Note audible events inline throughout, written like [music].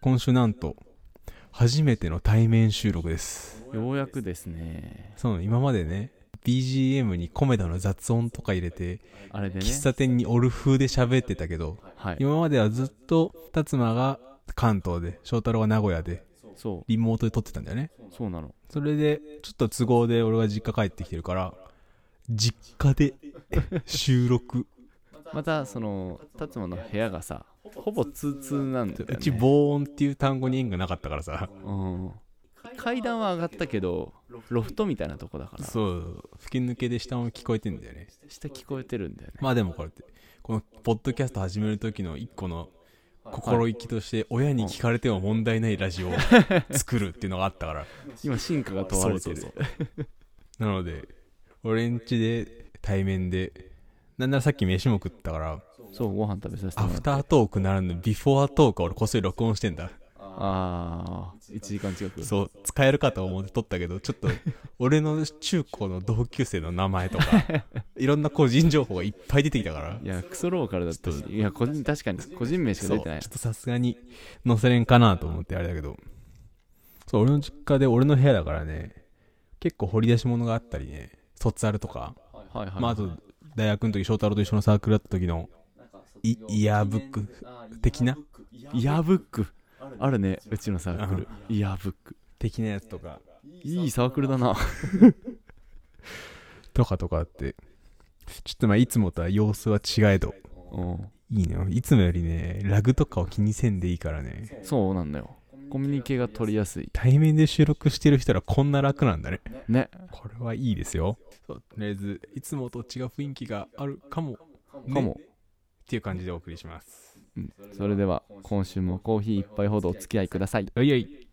今週なんと初めての対面収録ですようやくですねその今までね BGM にコメダの雑音とか入れてあれでね喫茶店にオル風で喋ってたけどはい今まではずっと達馬が関東で翔太郎が名古屋でそリモートで撮ってたんだよねうそうなのそれでちょっと都合で俺が実家帰ってきてるから実家 [laughs] で収録またその達馬の部屋がさほぼツーツーなんだよ、うね、ち防音っていう単語に縁がなかったからさうん階段は上がったけどロフトみたいなとこだからそう吹き抜けで下も聞こえてんだよね下聞こえてるんだよねまあでもこれってこのポッドキャスト始める時の一個の心意気として親に聞かれても問題ないラジオを作るっていうのがあったから今進化が問われてるそうそうなので俺ん家で対面でなんならさっき飯も食ったからそうご飯食べさせてアもらっフてタートークならぬビフォートークを俺こっそり録音してんだああ1時間近くそう使えるかと思って撮ったけどちょっと俺の中高の同級生の名前とかいろんな個人情報がいっぱい出てきたからいやクソローカルだったしいや個人確かに個人名しかそう出ちてょないっとさすがに載せれんかなと思ってあれだけどそう俺の実家で俺の部屋だからね結構掘り出し物があったりね卒アルとか、はいはい、まあ、あと大学の時翔太郎と一緒のサークルだった時のイイヤーブック的なイヤーブックあるねうちのサークルイヤーブック的なやつとかいいサークルだなとかとかあってちょっとまあいつもとは様子は違えどうんいいねいつもよりねラグとかを気にせんでいいからねそうなんだよコミュニケが取りやすい対面で収録してる人らこんな楽なんだねねこれはいいですよそうとりあえずいつもと違う雰囲気があるかもかっもていう感じでお送りしますうん、それでは今週もコーヒー一杯ほどお付き合いくださいおいおい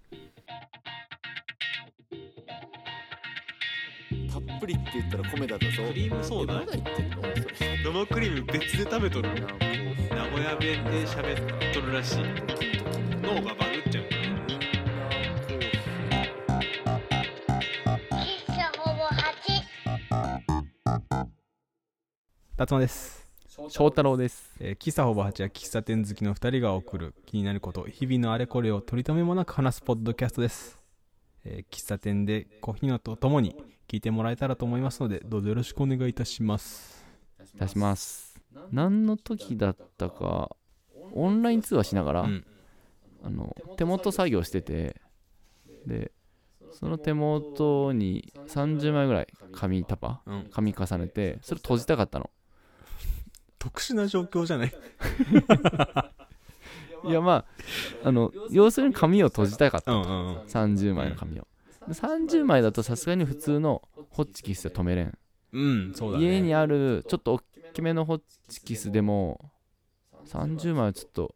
たっぷりって言ったら米だったぞ。リームソーダえまだ言ってんの生クリーム別で食べとる名古屋弁で喋っとるらしい脳がバグっちゃう喫茶ほぼ8。達馬です、翔太郎ですえー、喫茶ほぼ8は喫茶店好きの2人が送る気になること日々のあれこれを取り留めもなく話すポッドキャストです、えー喫茶店でコーヒーのとともに聞いてもらえたらと思いますのでどうぞよろしくお願いいたします出します何の時だったかオンライン通話しながら、うんあの手元作業しててでその手元に30枚ぐらい紙タパうん紙重ねてそれ閉じたかったの特殊な状況じゃないいやまああの要するに紙を閉じたかったうんうんうん30枚の紙をで30枚だとさすがに普通のホッチキスで止めれんうんそうだね家にあるちょっと大きめのホッチキスでも30枚はちょっと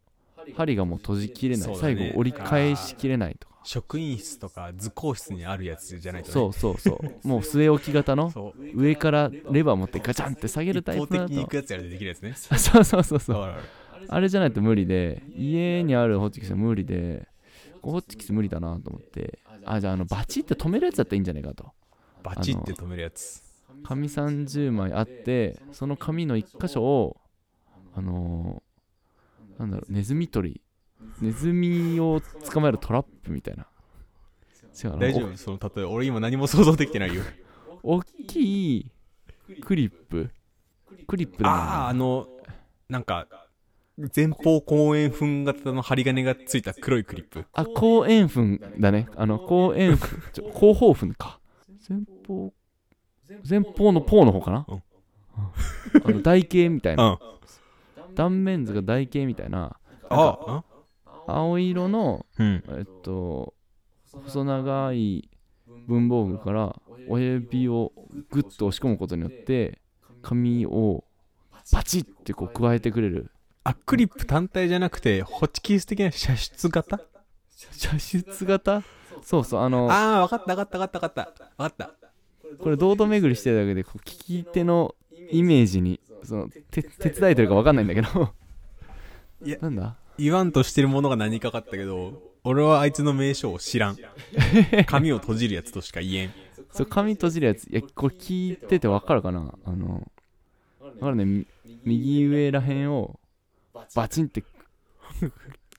針がもう閉じきれない、そうだね最後折り返しきれないとか職員室とか図工室にあるやつじゃないとねそうそうそ [laughs] うもう据え置き型のそう上からレバー持ってガチャンって下げるタイ一方プ的だに行とくやつやるでできるやつねそうそうそうそうわかるわかるあれじゃないと無理で家にあるホッチキスは無理でホッチキス無理だなと思ってあじゃああのバチって止めるやつだったらいいんじゃないかとバチって止めるやつ紙30枚あってその紙の1箇所をあのーなんだろうネズミ取りネズミを捕まえるトラップみたいな違う大丈夫その例え俺今何も想像できてないよお大きいクリップクリップでもああなあのなんか前方後円墳型の針金がついた黒いクリップいあ後円墳だねあの後円墳ちょ後方墳か前方前方のポーの方かな、うんうんあの台形みたいうんあな断面図が台形みたいなあ青色のうんえっと、細長い文房具から親指をグッと押し込むことによって、紙をパチッってこう加えてくれる。あクリップ単体じゃなくてホッチキス的な射出型射出型そうそう、あの、ああ分かった分かった分かった分かった分かったこれ堂々巡りしてるだけで、こう聞き手のイメージに、その、手手伝えてるか分かんないんだけど。いやなんだ言わんとしてるものが何かかったけど俺はあいつの名称を知 [laughs] らん髪を閉じるやつとしか言えんそう紙閉じるやついやこれ聞いててわかるかなあのだからねみ右上らへんをバチンって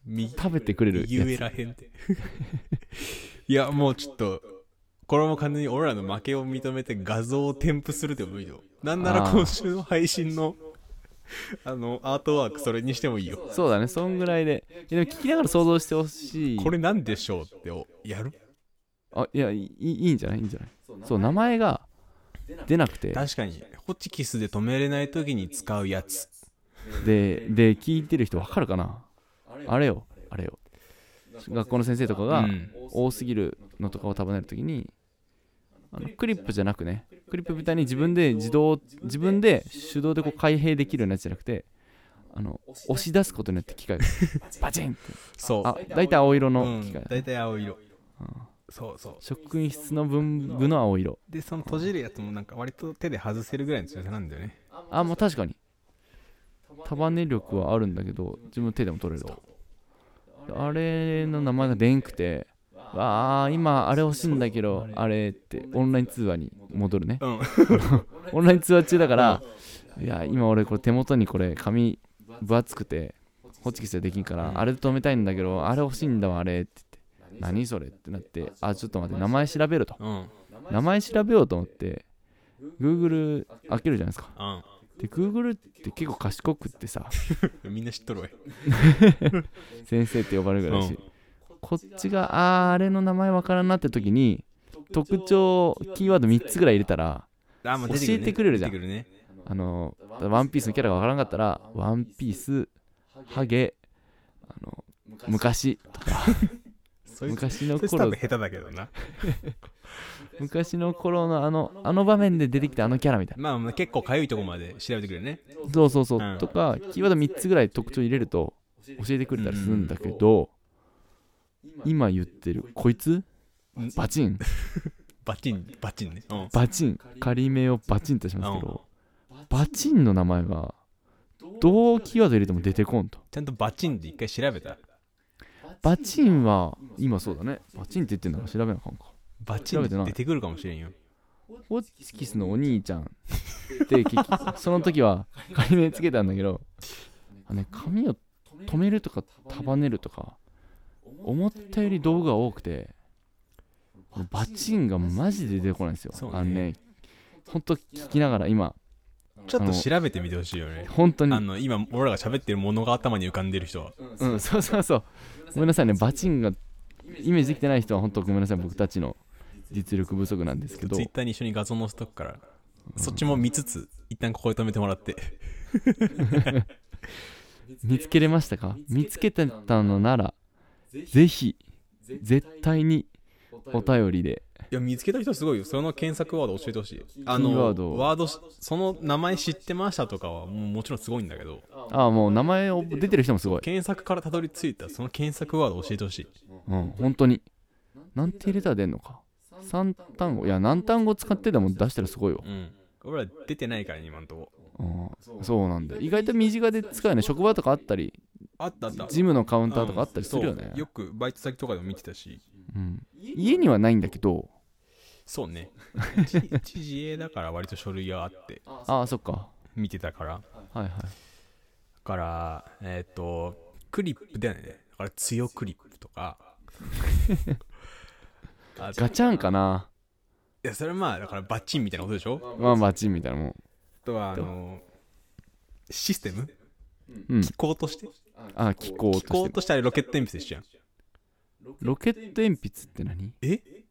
右食べてくれる右上やらへんって。 [laughs] いや、もうちょっと、これも完全に俺らの負けを認めて画像を添付するでもいいよ。なんならあー今週の配信の、あの、アートワークそれにしてもいいよ。つそうだねそんぐらいでいやでも聞きながら想像してほしいこれなんでしょうっておやるあいやいいいいんじゃないいいんじゃないそう名前が出なくて確かに、ホチキスで止めれない時に使うやつ。でで聞いてる人わかるかなあれよあれよ学校の先生とかうがん。多すぎるのとかを束ねるときにあのクリップじゃなくねクリップみたいに自分で自動自分で手動でこう開閉できるようなやつじゃなくてあの押し出すことによって機械がバチンってそう。あ大体青色うの機ん械、大体青色。そうそう。職員室の文具の青色で、その閉じるやつもなんか割と手で外せるぐらいの強さなんだよね。あもう確かに束ね力はあるんだけど自分の手でも取れるとあれの名前がでんくてわあ今あれ欲しいんだけどあれってオンライン通話に戻るねうん。 [laughs] オンライン通話中だから、いや、今俺これ手元にこれ紙分厚くて、ホチキスでできんから、あれで止めたいんだけど、あれ欲しいんだわ、あれって言って、何それってなって、あ、ちょっと待って、名前調べると。うん。名前調べようと思って、Google 開けるじゃないですか。うん。で、Google って結構賢くってさ、みんな知っとるわい。先生って呼ばれるぐらいだし、うこっちが、あー、あれの名前わからんなって時に、特徴、キーワード3つぐらい入れたら、あ、もう出教えてくれるじゃん出てくるね。あの、ワンピースのキャラがわからんかったら、ワンピース、ハゲ、あの、昔とか、 [laughs] そいつ、そ昔のいつ多頃分、下手だけどな。昔の頃のあの、あの場面で出てきたあのキャラみたいな。まあまあ、結構かゆいとこまで調べてくれるね。そうそうそうう。んとか、キーワード3つぐらい特徴入れると、教えてくれたりするんだけど、今言ってる、こいつんバチン、バチン、バチンね。うん。バチン、仮名をバチンとしますけど、バチンの名前が、どうキーワード入れても出てこんと。ちゃんとバチンって一回調べた。バチンは、今そうだね。バチンって言ってんだから調べなあかんか。バチンって出てくるかもしれんよ。ホチキスのお兄ちゃんって聞きその時は仮名つけたんだけどあのね髪を止めるとか束ねるとか思ったより道具が多くてバチンがマジで出てこないんですよそうねあのねほんと聞きながら今ちょっと調べてみてほしいよね。本当にあの、今、俺らが喋ってるものが頭に浮かんでる人は。うんそうそうそうごめんなさいねバチンがイメージできてない人は本当ごめんなさい僕たちの実力不足なんですけどツイッターに一緒に画像載せとくから、そっちも見つつ、一旦ここで止めてもらって。見つけれましたか見つけてたのならぜひ絶対にお便りでいや、見つけた人すごいよ。その検索ワード教えてほしい。あキーの、ワワードード、その名前知ってましたとかは、もうもちろんすごいんだけど、ああもう名前を出てる人もすごい検索からたどり着いたその検索ワード教えてほしい。うん本当になんて入れたら出んのか3単語いや何単語使ってでも出したらすごいようん。俺ら出てないから、今んとこ。うんそうなんだよ意外と身近で使うよね職場とかあったりあったあった。ジムのカウンターとかあったりするようんねそうよくバイト先とかでも見てたし。うん家にはないんだけどそう [laughs] ね。知自衛だから割と書類があってああそっか見てたから。だはいはいから、えっ、と、クリップだよね。だから強クリップと [laughs] か。あといガチャンかなや、それはまあ、だからバッチンみたいなことでしょあまあバチンみたいなもんとは、あの、システムうん機構としてああ気候と機し構てとしてあれロケット鉛筆一緒やん。ロケット鉛筆って何え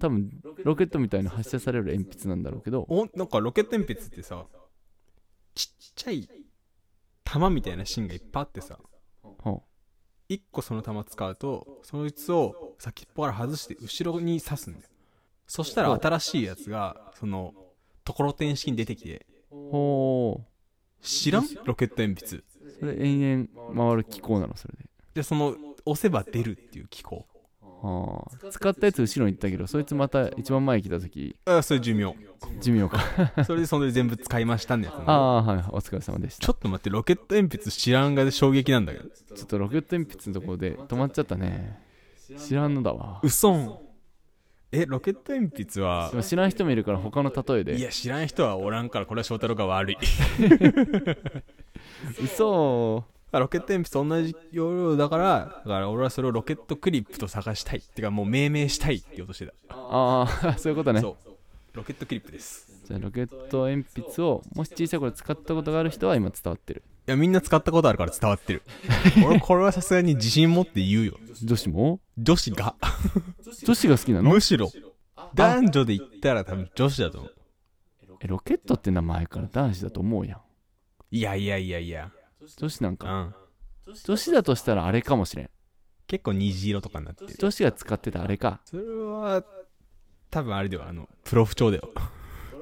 多分ロケットみたいな発射される鉛筆なんだろうけどおなんかロケット鉛筆ってさちっちゃい玉みたいな芯がいっぱいあってさほ1個その玉使うとそいつを先っぽから外して後ろに刺すんだよそしたら新しいやつがそのところてん式に出てきてうほ「知らんロケット鉛筆うそれ延々回る機構なのそれで」でその押せば出るっていう機構ああ使ったやつ後ろに行ったけどそいつまた一番前に来た時あそれ寿命寿命かそれでそれで全部使いましたねやつなんだああはいお疲れ様でしたちょっと待ってロケット鉛筆知らんがで衝撃なんだけどちょっとロケット鉛筆のところで止まっちゃったね知らんのだわうそんえロケット鉛筆はでも知らん人もいるから他の例えいでや知らん人はおらんからこれは翔太郎が悪い嘘 [laughs] あロケット鉛筆と同じ要領だから、だから俺はそれをロケットクリップと探したい。ってかもう命名したいって言おうとしてた。ああ [laughs] そういうことねそう。ロケットクリップです。じゃあロケット鉛筆をもし小さい頃使ったことがある人は今伝わってるいや、みんな使ったことあるから伝わって [laughs] る。俺これはさすがに自信持って言うよ。女子も女子 [laughs] が。女子が好きなのむしろ。男女で言ったら多分女子だと思う。えロケットって名前から男子だと思うやんいやいやいやいや。女子なんうかん。女子だとしたらあれかもしれん結構虹色とかになってる。女子が使ってたあれかそれは、多分あれだよ。あの、プロフ帳だよ。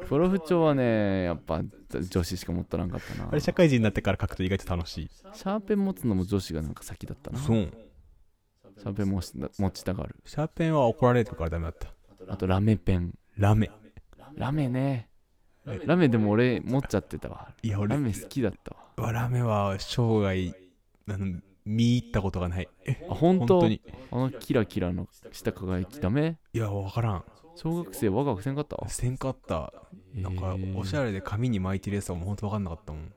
プロフ帳はねやっぱ女子しか持っとらんかったなあれ社会人になってから書くと意外と楽しい。シャーペン持つのも女子がなんか先だったなシそう。ャーペン持ちた持ちたがるシャーペンは怒られてるからダメだった。あとラメペンラメ。ラメねラメでも俺持っちゃってたわいや、俺ラ、メ好きだったわラメは生涯、あの、見入ったことがない。えあ本本当当に。あのキラキラのした輝きダメいや、わからん。小学生我がせんかったせんかった。なんか、おしゃれれで髪に巻いてるやつとかも本当わかんなかったもん。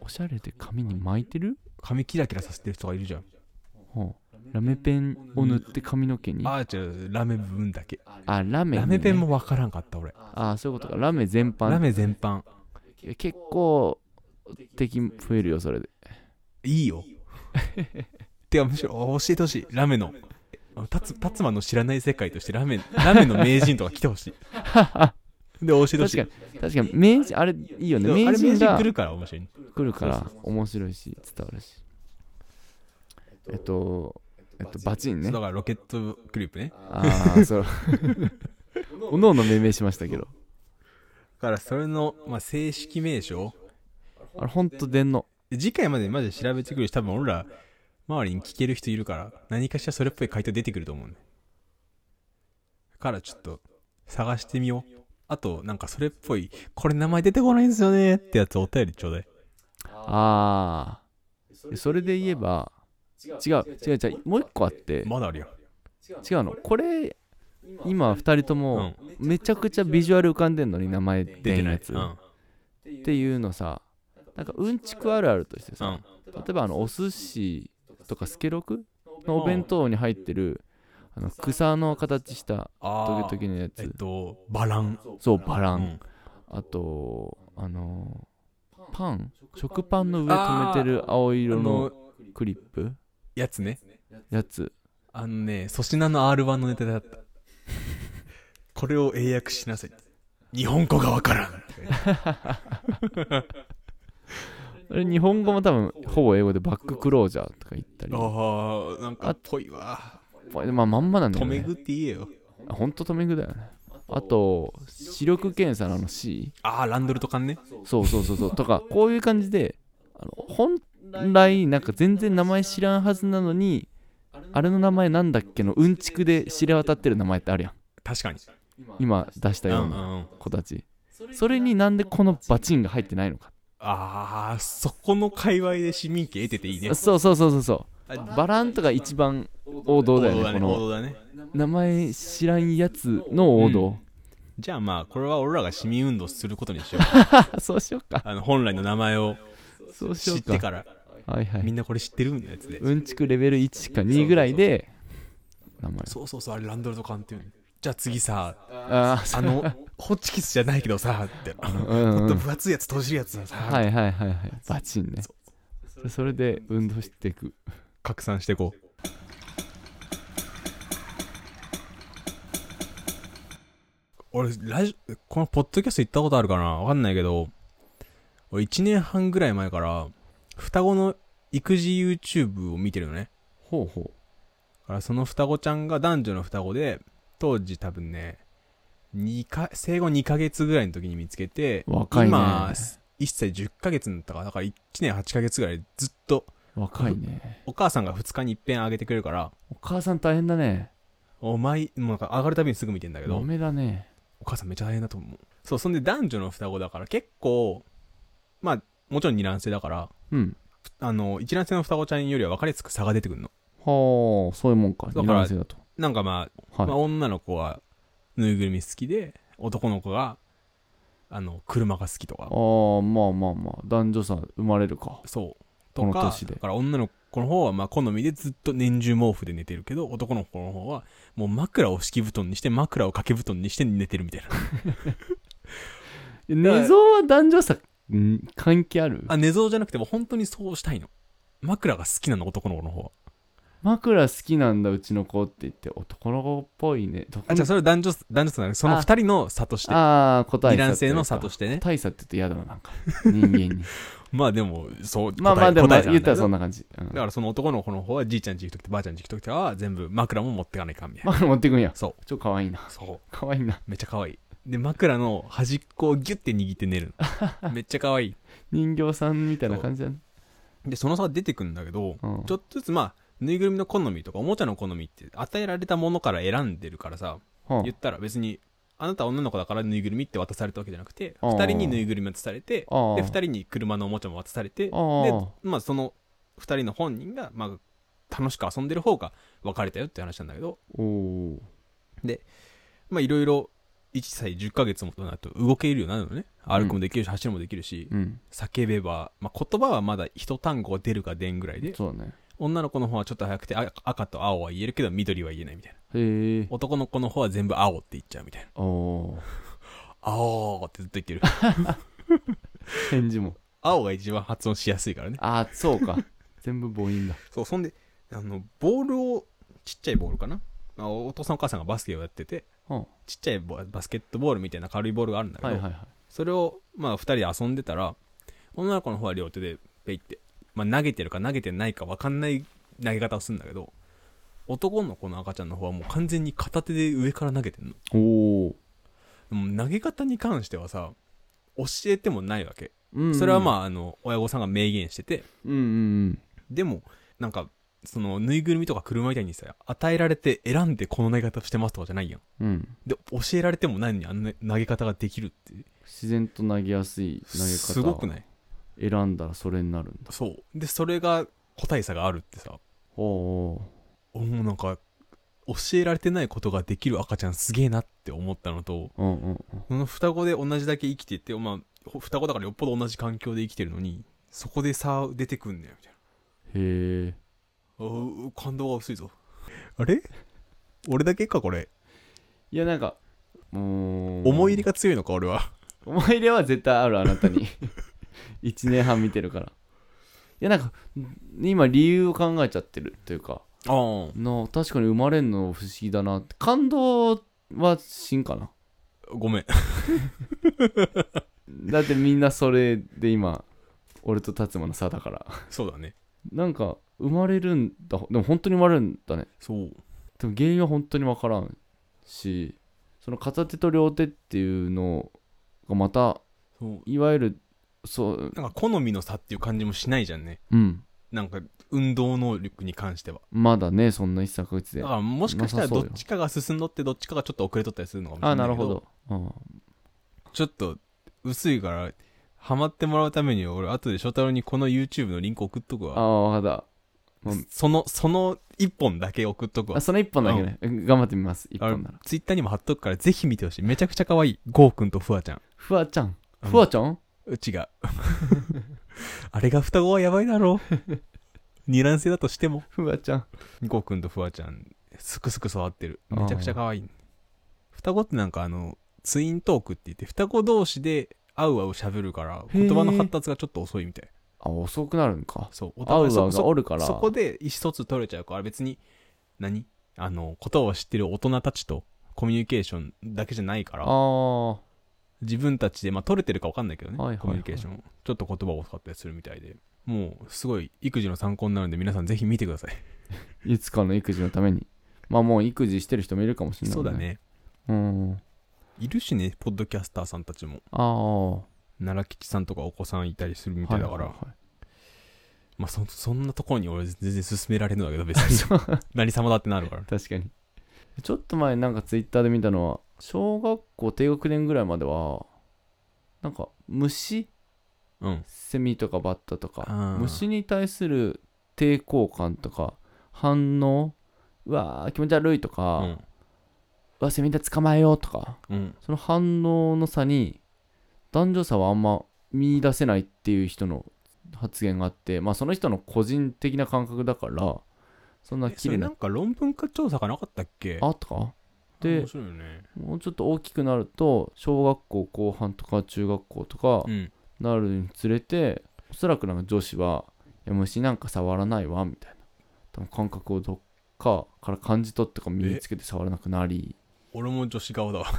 おしゃれで髪に巻いてる髪キラキラさせてる人がいるじゃん。ほうラメペンを塗って髪の毛にああー、違う、ラメ部分だけ。ラメにねラメペンもわからんかった、俺。あそういうことかラメ全ラ般メ全般。いや結構敵増えるよそれでいい [laughs] よ。てか、むしろ教えてほしい。ラメの。タツタツマの知らない世界としてラメ、ラメの名人とか来てほ [laughs] しい。で、教えてほ確しかいに。確かに名人あれいいよねでもあ名れ名人人が来るから面白い。来るから面白いし伝わるしえっとえっとバチンそねうだからロケットクリップね。ああそう [laughs] おのおの命名しましたけどだからそれの、まあ、正式名称。あれほんと電脳次回までまで調べてくるし、多分俺ら周りに聞ける人いるから、何かしらそれっぽい回答出てくると思うね。からちょっと探してみよう。あと、なんかそれっぽい、これ名前出てこないんですよねってやつお便りちょうだい。ああそれで言えば違う違う違うもう一個あってまだあるよ。違うのこれ今二人ともめちゃくちゃビジュアル浮かんでんのに名前出出てないんややつつ。っ。ていうのさなんかうんちくあるあるとしてうさん。例えばあのお寿司とかスケロクのお弁当に入ってるあの草の形したトあゲトゲのやえっつと、バラン。そうバラうンん。あとあのパン食パンの上止めてる青あ色のの、クリップやつね。やつあのね、粗品の R1 のネタだった。これを英訳しなさい。日本語がわからん。あれ日本語も多分ほぼ英語でバッククロージャーとか言ったりああ、なんかかっっぽいわ。まあまんまなんだ止よめねぐって言えよ。あほんとトミングだよねあと視力検査のあの C ああ、ランドルとかんね。そうそうそうそうとかこういう感じであの本来なんか全然名前知らんはずなのにあれの名前なんだっけのうんちくで知れ渡ってる名前ってあるやん確かに。今出したうんうようんなうん。子たちそれになんでこのバチンが入ってないのかああ、そこの界隈で市民権得てていいね。そうそうそうそうそうバランとか一番王道だよねこ王の道だね。名前知らんやつの王道、じゃあまあ、これは俺らが市民運動することにしよう。 [laughs] あそうしようかあの、本来の名前をそうしよ知うってかから、はいはみいんなこれ知ってるんのやつで。うんちくレベル1か2ぐらいで名前そうそうそう、あれランドルとかんっていうの。じゃあ次さ、ああそあ [laughs] の、ホチキスじゃないけどさ、って。ううんもっうとん分厚いやつ、閉じるやつださ、はいはいはいはいバチンねそれで運動していく拡散していこう。俺、ラジオ、このポッドキャスト行ったことあるかなわかんないけど、俺1年半ぐらい前から、双子の育児 YouTube を見てるのね。ほうほだからその双子ちゃんが男女の双子で、当時多分ね、二か、生後2ヶ月ぐらいの時に見つけて、若いね今、1歳10ヶ月になったから、だから1年8ヶ月ぐらいずっと、う若いねお母さんが2日に一遍あげてくれるから、お母さん大変だねお前、もうなんか上がるたびにすぐ見てんだけダど、メだねお母さんめっちゃ大変だと思う。そう、そんで男女の双子だから結構、まあ、もちろん二卵性だから、うんあの、一卵性の双子ちゃんよりは分かりやすく差が出てくるの。はあそういうもんかだから二卵性だとなんかまあ、はい、まあ女の子はぬいぐるみ好きで、男の子が、あの、車が好きとかあ、あまあまあまあ男女差生まれるかそう。とこのか年でだから女の子の方はまあ好みでずっと年中毛布で寝てるけど男の子の方はもう枕を敷布団にして枕を掛け布団にして寝てるみたいな寝相は男女差ん関係あるあ寝相じゃなくてもう本当にそうしたいの枕が好きなの男の子の方は枕好きなんだうちの子って言って男の子っぽいねどこあじゃあそれは男女男女差なのそのあ二人の差としてああ答え二卵性の差としてね大差って言うと嫌だななんか人間にまあでもそう [laughs] まあまあでも答え答え差な言んだけったどらそんな感じ、うんだからその男の子の方はじいちゃんち行く時とばあちゃんち行く時とかは全部枕も持ってかないかんみたいな、枕持ってくんやそう超可愛 [laughs] いなそう可愛いなめっちゃ可愛いで枕の端っこをギュッて握って寝る [laughs] のめっちゃ可愛い人形さんみたいな感じだねでその差は出てくるんだけど、うんちょっとずつまあぬいぐるみの好みとかおもちゃの好みって与えられたものから選んでるからさ、は言ったら別にあなたは女の子だからぬいぐるみって渡されたわけじゃなくて、うん2人にぬいぐるみ渡されて、あでで2人に車のおもちゃも渡されて、であまあその2人の本人が、まあ、楽しく遊んでる方が別れたよって話なんだけどおおーまあいろいろ1歳10ヶ月もとなると動けるようになるのね歩くもできるし走るもできるし、うん叫べば、まあ、言葉はまだ一単語出るか出んぐらいでそうだね女の子の方はちょっと早くてあ赤と青は言えるけど緑は言えないみたいなへえ男の子の方は全部青って言っちゃうみたいなおおー青ってずっと言ってる返事も青が一番発音しやすいからねああそ [laughs] うか全部母音だそうそんであのボールをちっちゃいボールかな、まあ、お父さんお母さんがバスケをやっててうんはちっちゃいボバスケットボールみたいな軽いボールがあるんだいけど、はいはいそれをまあ2人で遊んでたら女の子の方は両手でペイって、まあ、投げてるか投げてないか分かんない投げ方をするんだけど男の子の赤ちゃんの方はもう完全に片手で上から投げてんのおおでも投げ方に関してはさ教えてもないわけーそれはまあああの親御さんが明言しててうんうんでもなんかそのぬいぐるみとか車みたいにさ与えられて選んでこの投げ方してますとかじゃないやんうんうんで教えられてもないのにあんな投げ方ができるって自然と投げやすい投げ方すごくないい選んだらそれになるんだそうでそれが個体差があるってさおお俺もなんか教えられてないことができる赤ちゃんすげえなって思ったのとーうんうんうんその双子で同じだけ生きててまあほ双子だからよっぽど同じ環境で生きてるのにそこで差出てくんだよみたいなへえおー感動が薄いぞあれ俺だけかこれいやなんか思思い入れが強いのか俺は思い入れは絶対あるあな [laughs] たに1年半見てるからいやなんか今理由を考えちゃってるというかああな確かに生まれんの不思議だなって感動はしんかなごめん [laughs] だってみんなそれで今俺と達馬の差だからそうだねなんか生まれるんだでも本当に生まれるんだねそうでも原因は本当に分からんしその片手と両手っていうのがまたそういわゆるそうなんか好みの差っていう感じもしないじゃんねうんなんか運動能力に関してはまだねそんな一作月でだかあらもしかしたらなさそどうっよちかが進んどってどっちかがちょっと遅れとったりするのかもしれなあいなけるほど、うん、ちょっと薄いからハマってもらうために俺後で翔太郎にこの YouTube のリンク送っとくあわあ分かったもうそのその一本だけ送っとくわあその一本だけね頑張ってみます一本ならツイッターにも貼っとくからぜひ見てほしいめちゃくちゃ可愛いゴーくんとフワちゃんふわちゃんうんふわちゃんうちがあれが双子はやばいだろう二卵性だとしてもふわちゃんゴーくんとフワちゃんすくすく育ってるめちゃくちゃ可愛い双子ってなんかあのツイントークって言って双子同士であうあう喋るからへ言ー葉の発達がちょっと遅いみたいあ遅くなるんかそうおア互ウいそアーこがそおるからそこで意思疎通取れちゃうから別に何あのことを知ってる大人たちとコミュニケーションだけじゃないかあらー自分たちでまあ取れてるか分かんないけどね、はいはいはいコミュニケーションちょっと言葉を使ったりするみたいでもうすごい育児の参考になるんで皆さんぜひ見てください、いつかの育児のためにまあもう育児してる人もいるかもしれないそうもんだねうんいるしねポッドキャスターさんたちもああ奈良吉さんとかお子さんいたりするみたいだから、はいはいはいまあそそんなところに俺全然進められるんだけど別に [laughs] 何様だってなるから確かにちょっと前なんかツイッターで見たのは小学校低学年ぐらいまではなんか虫うんセミとかバッタとあかー虫に対する抵抗感とか反応うわー気持ち悪いとか、ううんわセミだ捕まえようとかうんその反応の差に男女差はあんま見出せないっていう人の発言があって、まあ、その人の個人的な感覚だからそんなえそ綺れ麗ななんか論文化調査がなかったっけあとかで面白いよねもうちょっと大きくなると小学校後半とか中学校とかうんなるにつれておそらくなんか女子はいや虫なんか触らないわみたいな多分感覚をどっかから感じ取ってか身につけて触らなくなり俺も女子顔だわい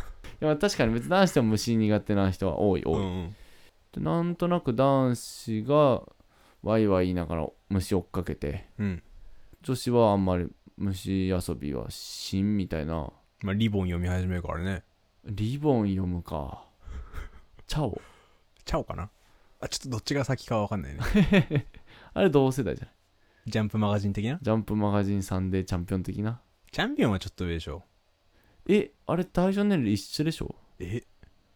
やまあ確かに別に男子でも虫苦手な人は多い多うい、んうんでなんとなく男子がワイワイ言いながら虫追っかけてうん女子はあんまり虫遊びはしんみたいなまあリボン読み始めるからねリボン読むかチャオちゃおかなあちょっとどっちが先かわかんないね [laughs] あれ同世代じゃないジャンプマガジン的なジャンプマガジンさんでチャンピオン的なチャンピオンはちょっと上でしょえあれ対象年齢一緒でしょえ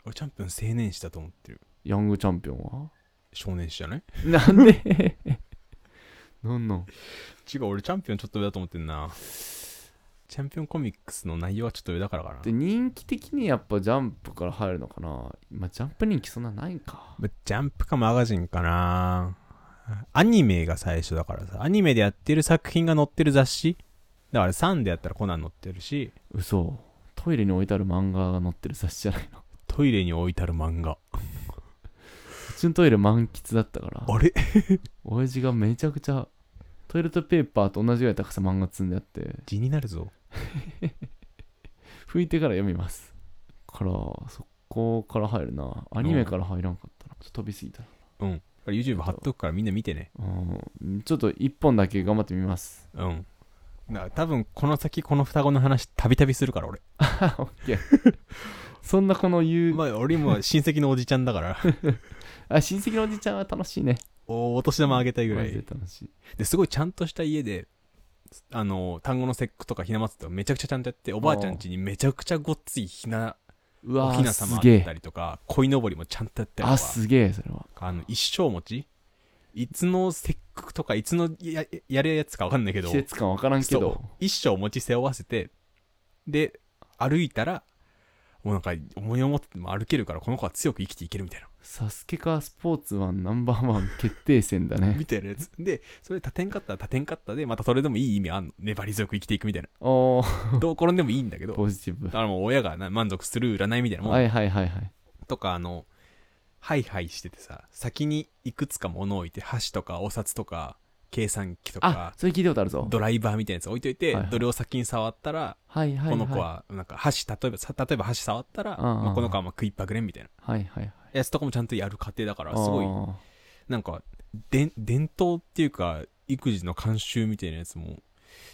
俺チャンピオン青年誌だと思ってるヤングチャンピオンは少年誌じゃない [laughs] なんでなんなん違う俺チャンピオンちょっと上だと思ってんなチャンピオンコミックスの内容はちょっと上だからかなで人気的にやっぱジャンプから入るのかな今ジャンプ人気そんなないかまジャンプかマガジンかなアニメが最初だからさアニメでやってる作品が載ってる雑誌だからサンでやったらコナン載ってるし嘘トイレに置いてある漫画が載ってる雑誌じゃ [laughs] ないのトイレに置いてある漫画うちのトイレ満喫だったからあれ親父がめちゃくちゃトイレットペーパーと同じぐらい高さ漫画積んであって字になるぞ拭いてから読みますからそこから入るなアニメから入らんかったなちょっと飛びすぎたなうんこれ YouTube 貼っとくからみんな見てねうんちょっと一本だけ頑張ってみますうんだから多分この先この双子の話たびたびするから俺オ [laughs] ッケーそんなこの言う、まあ俺今親戚のおじちゃんだから [laughs] あ親戚のおじちゃんは楽しいねおお年玉あげたいぐらマジでい楽しいですごいちゃんとした家であの単語の節句とかひな祭りとかめちゃくちゃちゃんとやっておばあちゃん家にめちゃくちゃごっついひなうおわひーな様すあげったえりとか鯉のぼりもちゃんとやったりとあかすげえそれはあの一生餅いつの節句とかいつのややるやつか分かんないけど季節感わからんけそうど一生餅背負わせてで歩いたらもうなんか思いを持っても歩けるからこの子は強く生きていけるみたいなサスケかスポーツワンナンバーワン決定戦 [laughs] だねみたいなやつでそれ多点かったら多点かったでまたそれでもいい意味あんの粘り強く生きていくみたいなおーどう転んでもいいんだけどだポジティブからもう親がな満足する占いみたいなもんはいはいはいはいとかあのハイハイしててさ先にいくつか物を置いて箸とかお札とか計算機とあかそれ聞いたことあるぞドライバーみたいなやつ置いといて、はいはいどれを先に触ったらはいはいはいこの子はなんか箸例えばさ例えば箸触ったら、うんうんうんまあ、この子はまあ食いっぱぐれんみたいなはいはいはいやつとかもちゃんとやる過程だからすごいあーなんかで伝統っていうか育児の慣習みたいなやつも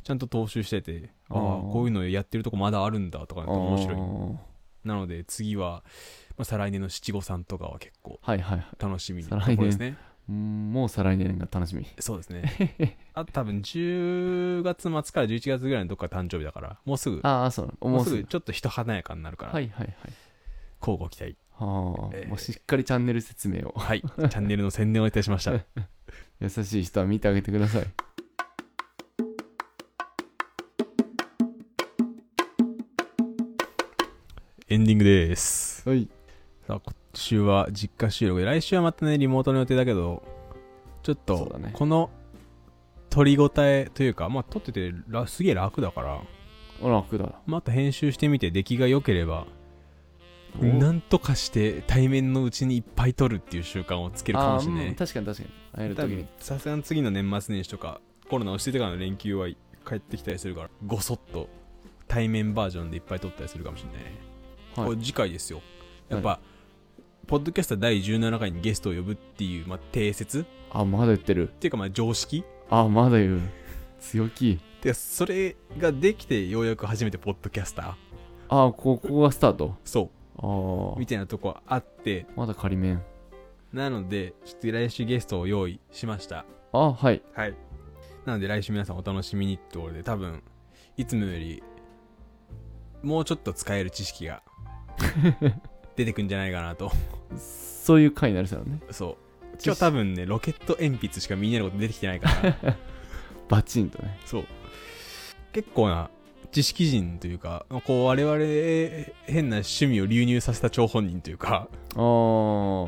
ちゃんと踏襲しててああうんこういうのやってるとこまだあるんだとかなんか面白いあなので次は、まあ、再来年の七五三とかは結構ーはいはいはい楽しみな再とこ来年ろですねうんもう再来年が楽しみそうですね [laughs] あと多分10月末から11月ぐらいのどっか誕生日だからもうすぐああそうなのももううすすぐぐちょっと人華やかになるから、はいはいはい交互期待はあ、えーもうしっかりチャンネル説明を [laughs] はいチャンネルの宣伝をいたしました優しい人は見てあげてくださいエンディングですはいさあ今週は実家収録で来週はまたねリモートの予定だけどちょっそうとだねこの取り応えというかまあ撮っててらすげえ楽だからあら楽だまた編集してみて出来が良ければおなんとかして対面のうちにいっぱい撮るっていう習慣をつけるかもしれないあーうんね確かに確かに会える多時に分さすがに次の年末年始とかコロナ落ち着いてからの連休は帰ってきたりするからごそっと対面バージョンでいっぱい撮ったりするかもしれないね、はいこれ次回ですよやっぱ、ポッドキャスター第17回にゲストを呼ぶっていう、まあ、定説っあまだ言ってるていうかまあ常識あまだ言う強気でそれができてようやく初めてポッドキャスターあここがスタートそあうみあたいなとこあってまだ仮面なのでちょっと来週ゲストを用意しましたあはいはい。なので来週皆さんお楽しみにってことで、多分、いつもより、もうちょっと使える知 [laughs] 識が出てくんじゃないかなと。そういう回になるさねそう。今日多分ね、ロケット鉛筆しかみんなのこと出てきてない [laughs] から、バチンとねそう。結構な知識人というか、こう我々変な趣味を流入させた張本人というか、ああ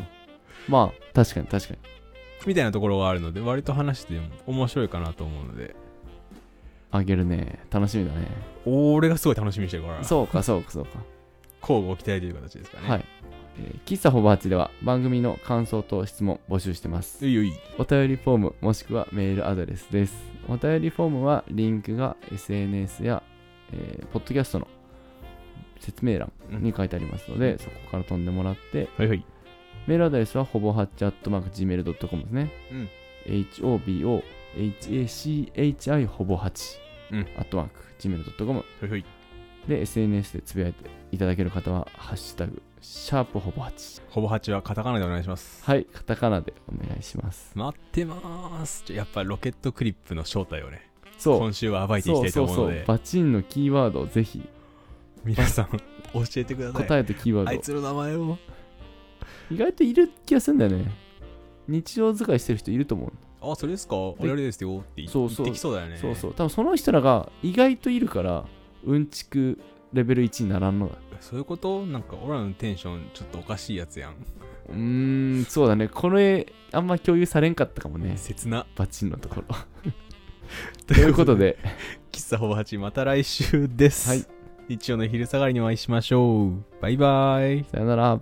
まあ確かに確かに [laughs] みたいなところがあるので割と話しても面白いかなと思うのであげるね楽しみだね俺がすごい楽しみにしてるからそうかそうかそうか交互期待という形ですかねはいえー喫茶ほぼ8では番組の感想と質問募集してますういういお便りフォームもしくはメールアドレスです。お便りフォームはリンクが SNS や、えーポッドキャストの説明欄に書いてありますので、そこから飛んでもらって、はいはいメールアドレスはほぼはっちゃっとマーク Gmail.com ですね。うん HOBOHACHI ほぼ8、うんアットマーク Gmail.com はいはいで SNS でつぶやいていただける方は、ハッシュタグ、シャープほぼ8。ほぼ8はカタカナでお願いしますはい、カタカナでお願いします。待ってますじゃあやっぱロケットクリップの正体をねそう。今週は暴いていきたいと思うのでバチンのキーワードをぜひ [laughs] 皆さん教えてください答えとキーワあいードつの名前を意外といる気がするんだよね日常使いしてる人いると思う、あそれですか我々ですよって言そうっそうてきそうだよねそうそう多分その人らが意外といるからうんちくレベル1にならんのだそういうことなんか俺らのテンションちょっとおかしいやつやんうーんそうだねこれあんま共有されんかったかもね切なバチンのと [laughs] ころということで喫茶ほぼ8また来週です、はい日曜の昼下がりにお会いしましょうバイバイさよなら